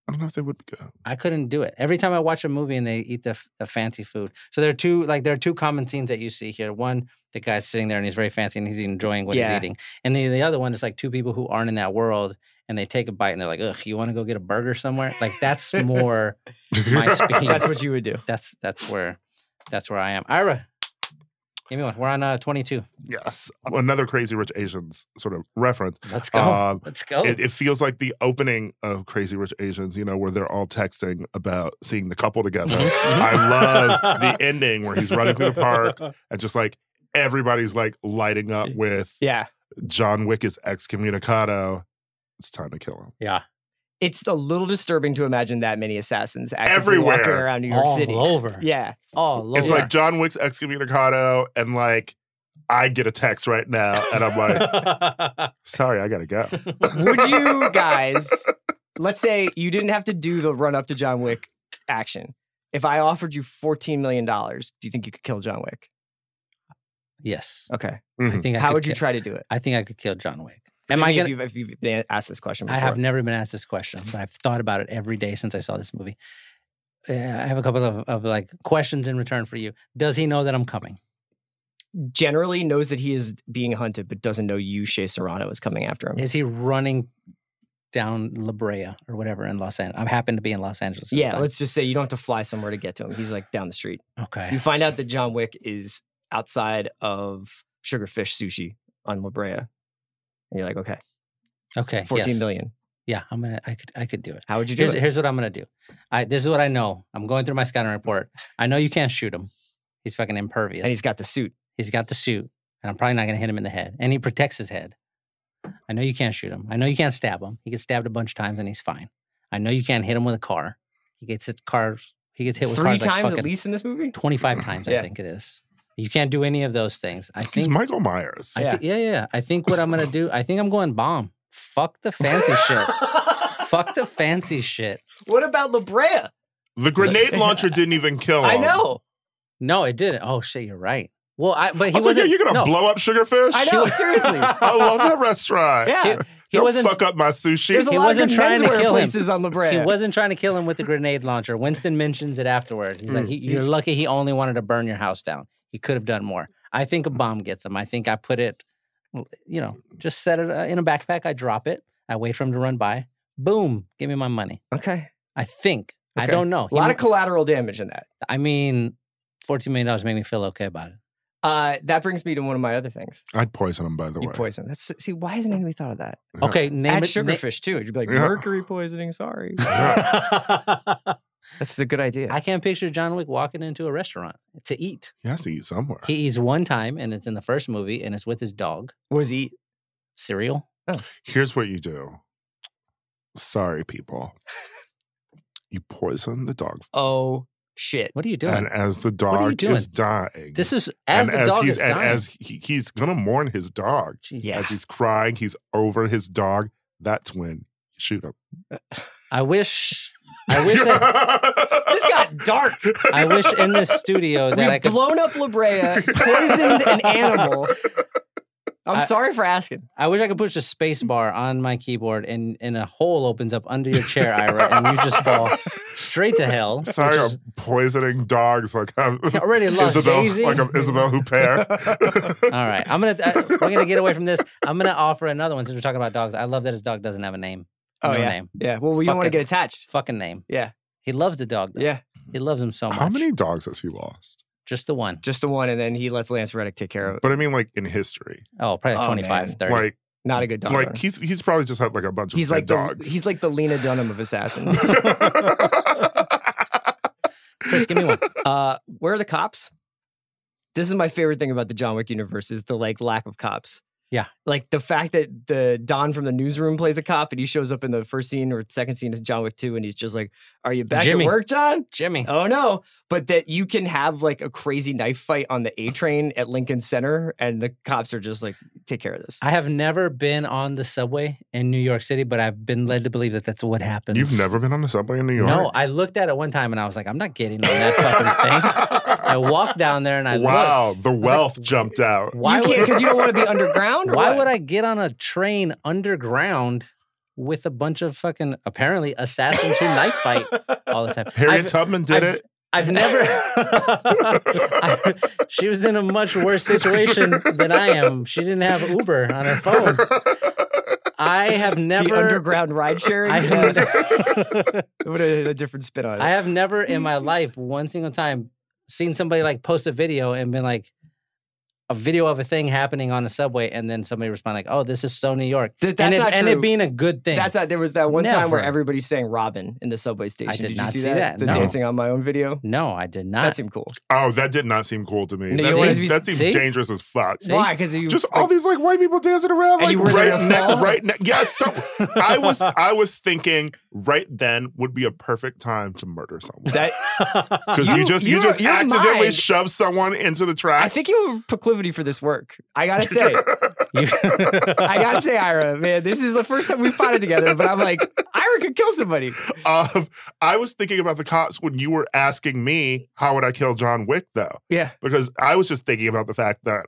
I don't know if they would be good.
i couldn't do it every time i watch a movie and they eat the, f- the fancy food so there are two like there are two common scenes that you see here one the guy's sitting there and he's very fancy and he's enjoying what
Yeah.
he's eating and the, the other one is like two people who aren't in that world and they take a bite and they're like ugh you want to go get a burger somewhere like that's more my speed
That's what you would do.
that's that's where that's where I am. Ira, give me one. We're on uh, 22.
yes, another Crazy Rich Asians sort of reference.
Let's go.
Um,
Let's go.
Oh.
It, it feels like the opening of Crazy Rich Asians, you know, where they're all texting about seeing the couple together.
Mm-hmm.
Mm-hmm.
I love the ending where he's running through the park and just like everybody's like lighting up with
Yeah.
John Wick is excommunicado. It's time to kill him.
yeah,
It's a little disturbing to imagine that many assassins actively walking
Everywhere.
around New York
all
City.
over.
Yeah.
all over.
It's like John Wick's excommunicado, and like I get a text right now, and I'm like, sorry, I gotta go.
Would you guys, let's say you didn't have to do the run up to John Wick action. If I offered you $14 million, do you think you could kill John Wick?
Yes.
Okay.
Mm-hmm.
I think I
How
could
would you
ki-
try to do it?
I think I could kill John Wick. Am I
mean,
gonna?
If you've, if you've been asked this question, before.
I have never been asked this question, but I've thought about it every day since I saw this movie. Uh, I have a couple of, of like questions in return for you. Does he know that I'm coming?
Generally knows that he is being hunted, but doesn't know you, Shea Serrano, is coming after him.
Is he running down La Brea or whatever in Los Angeles? I happen to be in Los Angeles. at the
yeah,
time.
let's just say you don't have to fly somewhere to get to him. He's like down the street. You
Okay.
find out that John Wick is outside of Sugarfish Sushi on La Brea. And you're like, okay,
Okay.
fourteen
yes.
billion.
Yeah, I'm gonna. I could. I could do it.
How would you do
Here's,
it?
here's what I'm gonna do. I. This is what I know. I'm going through my scouting report. I know you can't shoot him. He's fucking impervious.
And he's got the suit.
He's got the suit, and I'm probably not going to hit him in the head. And he protects his head. I know you can't shoot him. I know you can't stab him. He gets stabbed a bunch of times and he's fine. I know you can't hit him with a car. He gets hit cars. He gets hit with
Three
cars like
times at
fucking
least in this movie?
Twenty-five times, I
Yeah.
think it is. You can't do any of those things. I
He's
think.
Michael Myers.
I thi- yeah, yeah. I think what I'm gonna do. I think I'm going bomb. Fuck the fancy shit. Fuck the fancy shit.
What about La Brea?
the grenade launcher didn't even kill him.
Oh,
I know.
No, it didn't. Oh shit, you're right. Well, I but he
I was like,
wasn't.
yeah, you're gonna
no,
blow up Sugarfish.
I know, seriously.
I love that restaurant.
Yeah.
He, he
Don't
wasn't
fuck up my sushi.
There's a
He
lot
wasn't
of good
trying to
menswear
kill him.
places on La Brea.
He wasn't trying to kill him with the grenade launcher. Winston mentions it afterward. He's
Hmm.
like, he, "You're lucky he only wanted to burn your house down. He could have done more." I think a bomb gets him. I think I put it, you know, just set it uh, in a backpack. I drop it. I wait for him to run by. Boom! Give me my money.
Okay.
I think. I
Okay.
don't know.
A lot
He-
of collateral damage in that.
I mean, fourteen million dollars make me feel okay about it.
Uh, that brings me to one of my other things.
I'd poison him, by the
You
way.
poison. That's see. Why hasn't anybody thought of that?
Yeah.
Okay, name
Add
it. na-
sugarfish too. You'd be like
Yeah.
mercury poisoning. Sorry. That's a good idea.
I can't picture John Wick walking into a restaurant to eat.
He has to eat somewhere.
He eats one time, and it's in the first movie, and it's with his dog.
what does he eat?
Cereal.
Here's what you do. Sorry, people. you poison the dog.
Oh shit.
What are you doing?
And as the
are you
dog is dying,
This is as
and
the
as
dog
he's
is
and
dying.
as he, he's gonna mourn his dog.
Jeez.
Yeah.
As he's crying, he's over his dog. That's when you shoot him.
I wish. I wish. that-
This got dark.
I wish in this studio that I
We've
could.
blown up La Brea, poisoned an animal. I'm
I-
sorry for asking.
I wish I could push the space bar on my keyboard, and and a hole opens up under your chair, Ira, and you just fall straight to hell. which
Sorry,
is-
I'm poisoning dogs like I'm
already lost
Isabel,
Daisy.
like I'm Isabel Huppert.
all right, I'm gonna I, we're gonna get away from this. I'm gonna offer another one since we're talking about dogs. I love that his dog doesn't have a name.
Oh
no
yeah.
name.
Yeah. Well, we
Fuck
don't want
it.
to get attached.
Fucking name.
Yeah.
He loves the dog. Though.
Yeah.
He loves him so much.
How many dogs has he lost?
Just the one.
Just the one, and then he lets Lance Reddick take care of it.
But I mean, like in history,
Oh, probably
Oh,
25,
man.
30.
like
Not a good dog.
like
owner.
he's he's probably just had like a bunch of
he's
dead
like
dogs.
the he's like the Lena Dunham of assassins.
Chris, give me one.
uh, where are the cops? This is my favorite thing about the John Wick universe is the like lack of cops.
Yeah.
like the fact that the Don from the newsroom plays a cop and he shows up in the first scene or second scene of John Wick Two and he's just like, "Are you back
Jimmy.
at work, John?"
Jimmy.
Oh no! But that you can have like a crazy knife fight on the A train at Lincoln Center, and the cops are just like, "Take care of this."
I have never been on the subway in New York City, but I've been led to believe that that's what happens.
You've never been on the subway in New York?
No, I looked at it one time and I was like, I'm not getting on that fucking thing. I walked down there and I
wow,
looked.
the wealth jumped out.
Why
you
would-
can't because you don't want to be underground. or
Why
what?
would I get on a train underground with a bunch of fucking apparently assassins who knife fight all the time?
Harriet
I've-
Tubman did
I've-
it.
I've never. I- she was in a much worse situation than I am. She didn't have Uber on her phone. I have
the
never.
underground ride sharing?
I have,
what a, a different spin on it.
I have never in my life one single time seen somebody like post a video and been like a video of a thing happening on the subway and then somebody respond like, "Oh, this is so New York,"
Th-
and
that's
it,
not
and it
true.
being a good thing.
That's not. There was that one time where
Never.
everybody sang Robin in the subway station.
did
you
not
see,
see that,
The
no.
dancing on my own video.
no, I did not.
That seemed cool.
Oh, that did not seem cool to me.
No, you
that,
wanna
seemed,
be-
that seemed
see?
dangerous as fuck.
See?
Why? Because you
Just
like,
all these like white people dancing around,
And
like
you were
right
there to
neck,
fall?
right neck. Yeah, so I was I was thinking right then would be a perfect time to murder someone
that.
because you,
You-
just you
your-
just
your
accidentally
mind-
shove someone into the track.
I think you have a proclivity for this work. I gotta say,
You-
I gotta say, Ira, man, this is the first time we've potted together. But I'm like, Ira could kill somebody.
of I was thinking about the cops when you were asking me how would I kill John Wick though
Yeah.
because I was just thinking about the fact that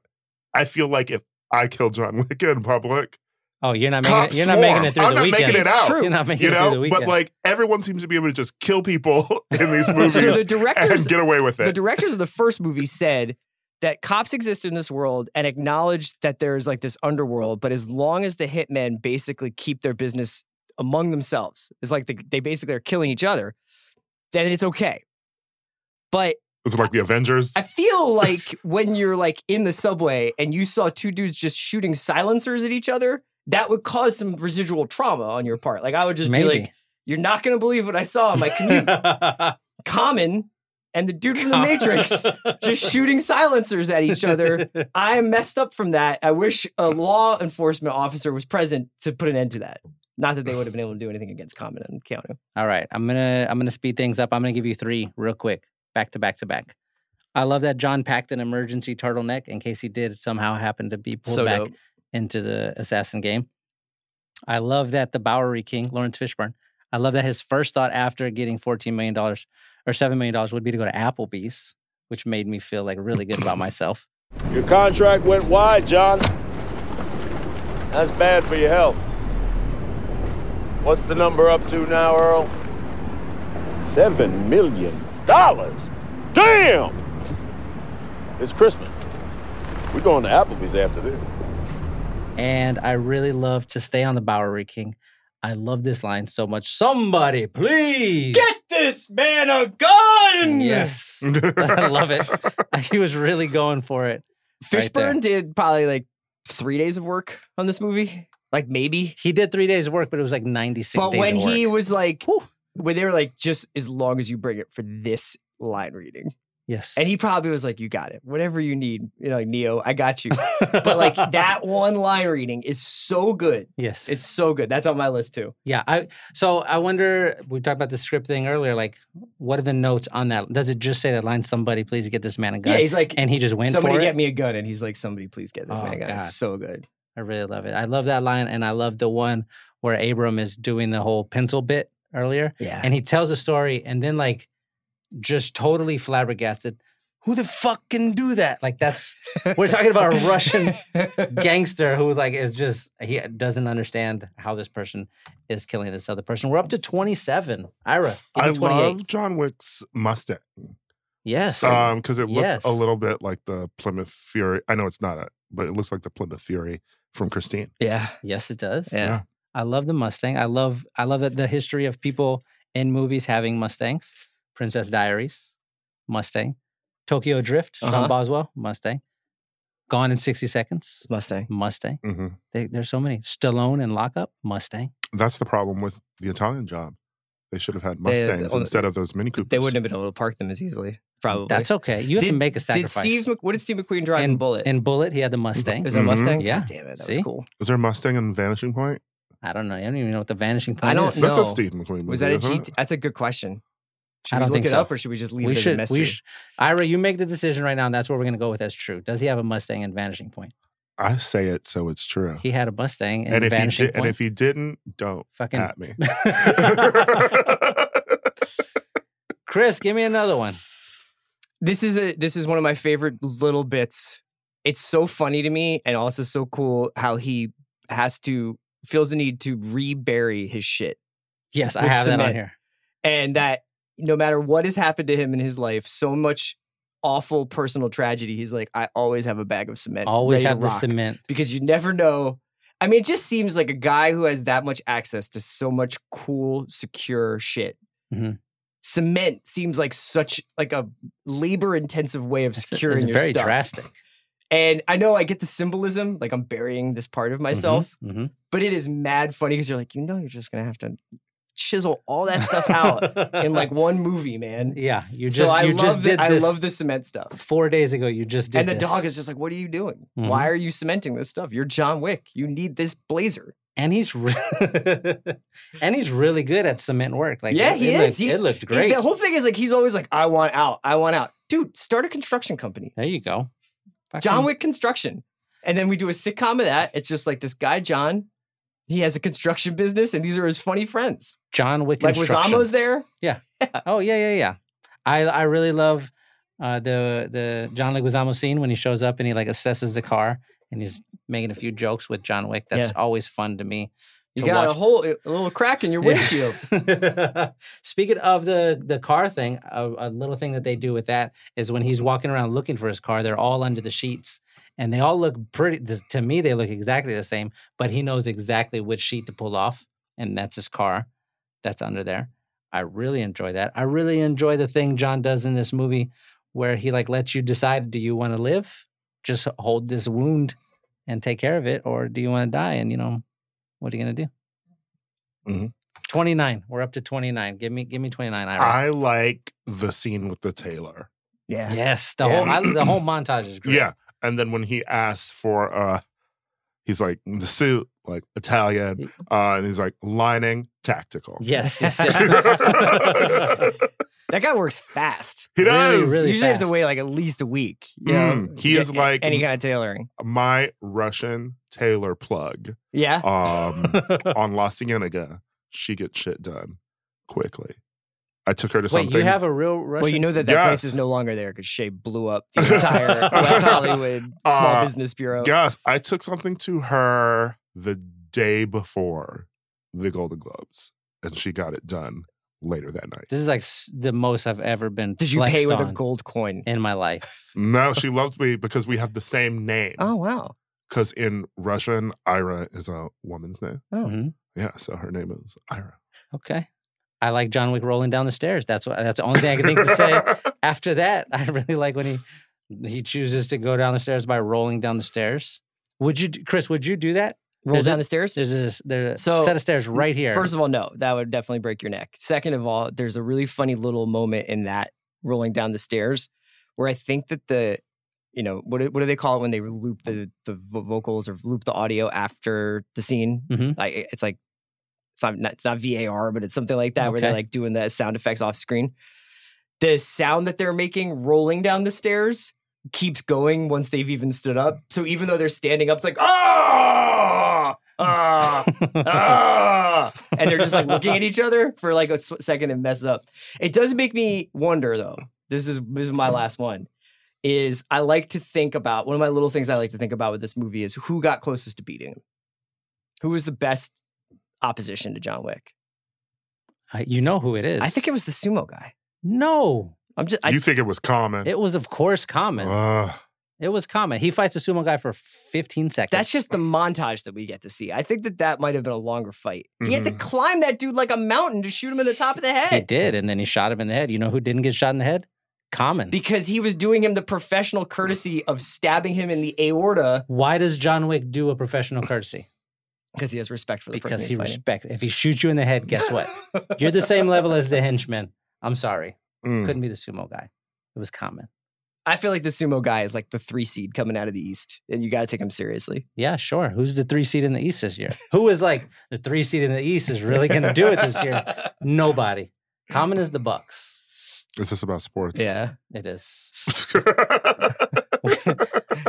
I feel like if I kill John Wick in public,
Oh, you're not making it,
Cops
you're not making it through
swarm. I'm
the
not
weekend.
making it out.
You're not making
you
it through the
know,
weekend.
but like everyone seems to be able to just kill people in these
So the
movies and
directors,
get away with
the
it.
directors of the first movie said that cops exist in this world and acknowledged that there's like this underworld, but as long as the hitmen basically keep their business among themselves, it's like the, they basically are killing each other, then it's okay. But
It's like the Avengers.
I feel like when you're like in the subway and you saw two dudes just shooting silencers at each other, that would cause some residual trauma on your part. Like I would just be like,
Maybe.
"You're not gonna believe what I saw on my commute." Common and the dude from the Matrix just shooting silencers at each other. I messed up from that. I wish a law enforcement officer was present to put an end to that. Not that they would have been able to do anything against Common and Keanu.
All right, I'm gonna I'm gonna speed things up. I'm gonna give you three real quick, back to back to back. I love that John packed an emergency turtleneck in case he did somehow happen to be pulled
So
back
dope.
into the assassin game. I love that the Bowery King, Lawrence Fishburne. I love that his first thought after getting $14 million or $7 million would be to go to Applebee's, which made me feel like really good about myself.
Your contract went wide, John. That's bad for your health. What's the number up to now, Earl? Seven million dollars? Damn! It's Christmas. We're going to Applebee's after this.
And I really love to stay on the Bowery King. I love this line so much. Somebody, please.
Get this man a gun.
Yes. I love it. He was really going for it. right there.
Fishburne did probably like three days of work on this movie, like maybe.
He did three days of work, but it was like 96
but
days
when
of work.
he was like, when they were like, just as long as you bring it for this line reading,
yes.
and he probably was like, you got it, whatever you need, you know, like Neo, I got you. but like that one line reading is so good.
Yes.
It's so good. That's on my list too.
Yeah, I so I wonder we talked about the script thing earlier like what are the notes on that? Does it just say that line somebody please get this man a gun?
Yeah, he's like,
and he just went
somebody
for
get
it.
me a gun, and he's like, somebody please get this
Oh,
man a gun.
God.
It's so good.
I really love it. I love that line and I love the one where Abram is doing the whole pencil bit earlier
Yeah.
and he tells a story and then like just totally flabbergasted who the fuck can do that? Like that's we're talking about a Russian gangster who like is just he doesn't understand how this person is killing this other person. We're up to 27. Ira, give me
I
28.
love John Wick's Mustang.
Yes.
Um, because it looks
Yes.
a little bit like the Plymouth Fury. I know it's not a, but it looks like the Plymouth Fury from Christine.
yeah.
Yes, it does.
Yeah.
I love the Mustang. I love I love that the history of people in movies having Mustangs. Princess Diaries, Mustang. Tokyo Drift,
Uh-huh.
Sean Boswell, Mustang. Gone in 60 Seconds,
Mustang.
Mustang.
hmm
They, there's so many. Stallone and Lockup, Mustang.
Oh,
That's the problem with the Italian job. They should have had
They- they-
Mustangs
oh,
instead of those Mini Coopers.
They wouldn't have been able to park them as easily. Probably.
That's okay. You have to
Did-
make a sacrifice.
Did Steve? Mc- What did Steve McQueen drive in,
in
Bullet?
In Bullet, he had the Mustang. Mm-hmm.
it was a
Mhm.
Mustang.
Yeah.
God damn it, that
See?
was cool.
Is there a Mustang and Vanishing Point?
I don't know. I don't even know what the vanishing point
I don't
is.
know.
That's a Steve McQueen movie.
Was that a
isn't it?
GT? That's a good question. Should
I
we
don't
look
think
it
so.
up, or should we just leave
we
it as a
should,
mystery?
we should. Ira, you make the decision right now, and that's where we're going to go with as true. Does he have a Mustang and Vanishing Point?
I say it so it's true.
He had a Mustang and,
and if he
Vanishing
did,
Point.
and if he didn't, don't
Uh,
Fucking
at me.
Chris, give me another one.
This is a this is one of my favorite little bits. It's so funny to me, and also so cool how he has to feels the need to rebury his shit,
Yes, I
With
have that on
cement.
here.
and that no matter what has happened to him in his life, so much awful personal tragedy, he's like, I always have a bag of cement.
Always
ready to
have the
rock."
cement.
because you never know. I mean, it just seems like a guy who has that much access to so much cool, secure shit.
Mhm.
Cement seems like such like a labor-intensive way of
It's,
securing
it's
your
very
stuff.
drastic.
And I know I get the symbolism, like I'm burying this part of myself,
Mhm,
but it is mad funny because you're like, you know, you're just gonna have to chisel all that
mhm.
stuff out in like one movie, man.
yeah, you just
so I
you
love
just
the-
did
I
this
love the cement stuff.
four days ago. You just did
and the
this.
dog is just like, what are you doing?
Mhm.
Why are you cementing this stuff? You're John Wick. You need this blazer.
and he's re- and he's really good at cement work. Like
yeah,
it,
he
it
is.
Looked,
he,
it looked
he-
great.
the whole thing is like he's always like, I want out. I want out. Dude, start a construction company.
there you go. Fucking-
John Wick Construction. And then we do a sitcom of that. It's just like this guy, John, he has a construction business and these are his funny friends.
John Wick
Like
construction.
Wazamo's there.
Oh yeah, yeah, yeah. I I really love uh, the the John Leguizamo scene when he shows up and he like assesses the car and he's making a few jokes with John Wick. That's always fun to me.
You
to
got a
watch.
whole a little crack in your
Yeah.
windshield.
Speaking of the the car thing, a, a little thing that they do with that is when he's walking around looking for his car, they're all under the sheets, and they all look pretty. this- To me, they look exactly the same, but he knows exactly which sheet to pull off, and that's his car. That's under there. I really enjoy that. I really enjoy the thing John does in this movie where he like lets you decide: do you want to live? Just hold this wound and take care of it, or do you want to die? And you know, what are you gonna do?
Mm-hmm.
29. We're up to 29. Give me give me 29, Ira.
I like the scene with the tailor.
Yeah.
yes, the
Yeah.
whole I, the whole montage is great.
Yeah. And then when he asks for uh he's like the suit, like Italian, uh, and he's like lining tactical.
Yes, yes, yes.
That guy works fast.
he does.
really
you usually have
fast.
to wait like at least a week. You know,
Mm,
to
he
get
is like
any kind of tailoring.
my Russian tailor plug
Yeah.
um on La Cienega. She gets shit done quickly. I took her to
Wait,
something.
you have a real Russian
Well, you know that that
Yes.
place is no longer there because Shea blew up the entire West Hollywood Small
Uh,
Business Bureau.
Yes, I took something to her the day before the Golden Globes, and she got it done later that night.
This is like s- the most I've ever been
Did you pay
flexed
with a
on
gold coin?
in my life.
No, she loved me because we have the same name.
Oh wow.
Because in Russian, Ira is a woman's name.
Oh.
Mhm.
Yeah, so her name is Ira.
Okay. I like John Wick rolling down the stairs. That's what that's the only thing I can think to say. After that, I really like when he he chooses to go down the stairs by rolling down the stairs. Would you, d- Chris? Would you do that?
Roll
There's
down
a-
the stairs?
There's a, there's a
So,
set of stairs right here.
First of all, no, that would definitely break your neck. Second of all, there's a really funny little moment in that rolling down the stairs where I think that the, you know, what do- what do they call it when they loop the the vo- vocals or loop the audio after the scene?
Mhm.
Like it's like it's not, not- it's not VAR, but it's something like that where they're
Okay.
like doing the sound effects off screen. The sound that they're making rolling down the stairs keeps going once they've even stood up. So even though they're standing up, it's like ah ah ah, and they're just like looking at each other for like a s- second and mess up. It does make me wonder though. This is this is my last one. Is I like to think about one of my little things I like to think about with this movie is who got closest to beating him, who was the best opposition to John Wick.
Uh, you know who it is.
I think it was the sumo guy.
no.
I'm just I,
you think it was common?
It was, of course, common.
Ugh.
it was common. He fights a sumo guy for 15 seconds.
that's just the montage that we get to see. I think that that might have been a longer fight. He had to
Mhm.
climb that dude like a mountain to shoot him in the top of the
Mm-hmm. He
head.
did, and then he shot him in the head. You know who didn't get shot in the head? Common.
because he was doing him the professional courtesy of stabbing him in the aorta
Why does John Wick do a professional courtesy?
because he has respect for the
Because
person
he
he's fighting.
respects. If he shoots you in the head, guess what? You're the same level as the henchman. I'm sorry.
Mm.
Couldn't be the sumo guy. It was common.
I feel like the sumo guy is like the three seed coming out of the East, and you got to take him seriously.
Yeah, sure. Who's the three seed in the East this year? Who is like the three seed in the East is really going to do it this year? Nobody. Common is the Bucks.
Is this about sports?
Yeah.
It is.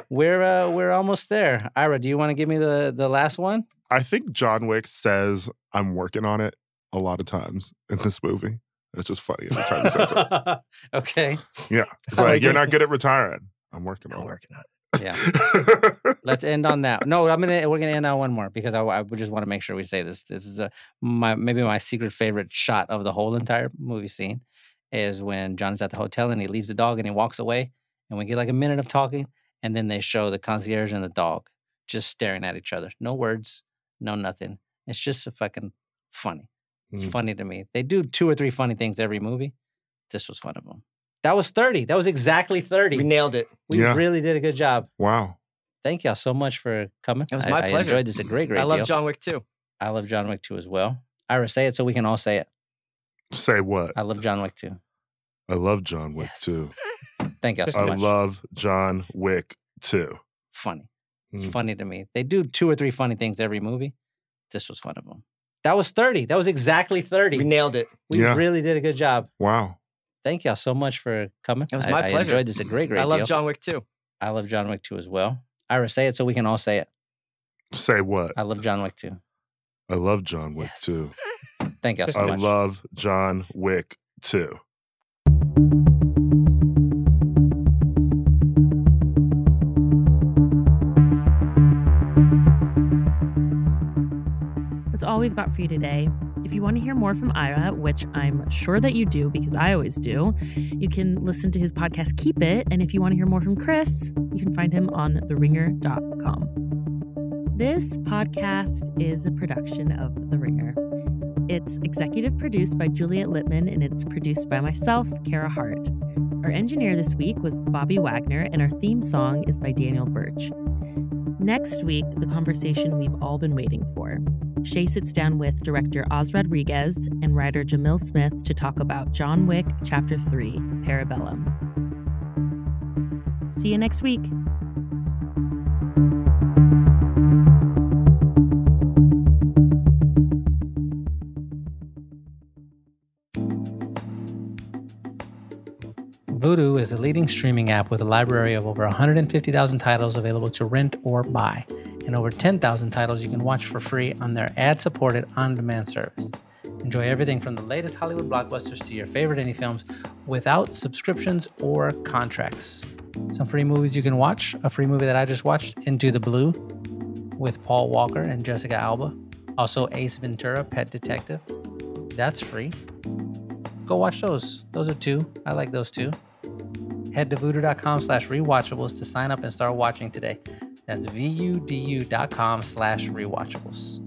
We're uh, we're almost there. Ira, do you want to give me the the last one?
I think John Wick says I'm working on it a lot of times in this movie. It's just funny every time he says it.
okay.
Yeah. It's
I
like
like
you're
it.
not good at retiring. I'm working
I'm
on it.
working on it.
Yeah. Let's end on that. No, I'm gonna we're gonna end on one more because I, I just want to make sure we say this. This is a my maybe my secret favorite shot of the whole entire movie scene is when John is at the hotel and he leaves the dog and he walks away and we get like a minute of talking and then they show the concierge and the dog just staring at each other. No words, no nothing. It's just so fucking funny. It's
Mm.
funny to me. They do two or three funny things every movie. This was one of them. That was 30. That was exactly
We
30.
nailed it.
We
Yeah.
really did a good job
Wow.
thank y'all so much for coming.
It was
I-
my
I,
pleasure.
enjoyed this a great, great
I love
deal.
John Wick too.
I love John Wick 2 as well. Ira, say it so we can all say it.
Say what?
I love John Wick 2.
I love John Wick
Yes.
too.
Thank y'all so
I
much.
love John Wick too.
funny.
Mm.
Funny to me. They do two or three funny things every movie. This was one of them. That was 30. That was exactly
We
30.
nailed it.
We
Yeah.
really did a good job.
Wow.
Thank y'all so much for coming.
It was
I-
my
I,
pleasure.
enjoyed this a great, great
I love
deal.
John Wick too.
I love John Wick 2 as well. Ira, say it so we can all say it.
Say what?
I love John Wick 2.
I love John Wick
Yes.
too.
Thank y'all so
I
much.
love John Wick too.
That's all we've got for you today. If you want to hear more from Ira, which I'm sure that you do because I always do, you can listen to his podcast Keep It. And if you want to hear more from Chris, you can find him on theringer.com. This podcast is a production of The Ringer. It's executive produced by Juliet Littman and it's produced by myself, Kara Hart. Our engineer this week was Bobby Wagner, and our theme song is by Daniel Birch. Next week, the conversation we've all been waiting for. Shay sits down with director Oz Rodriguez and writer Jamil Smith to talk about John Wick Chapter 3 Parabellum. See you next week.
Vudu is a leading streaming app with a library of over 150,000 titles available to rent or buy, and over 10,000 titles you can watch for free on their ad supported on demand service. Enjoy everything from the latest Hollywood blockbusters to your favorite indie films without subscriptions or contracts. Some free movies you can watch, a free movie that I just watched, Into the Blue, with Paul Walker and Jessica Alba. Also, Ace Ventura, Pet Detective. That's free. Go watch those. Those are two. I like those two head to voodoo.com slash rewatchables to sign up and start watching today. That's vudu.com slash rewatchables.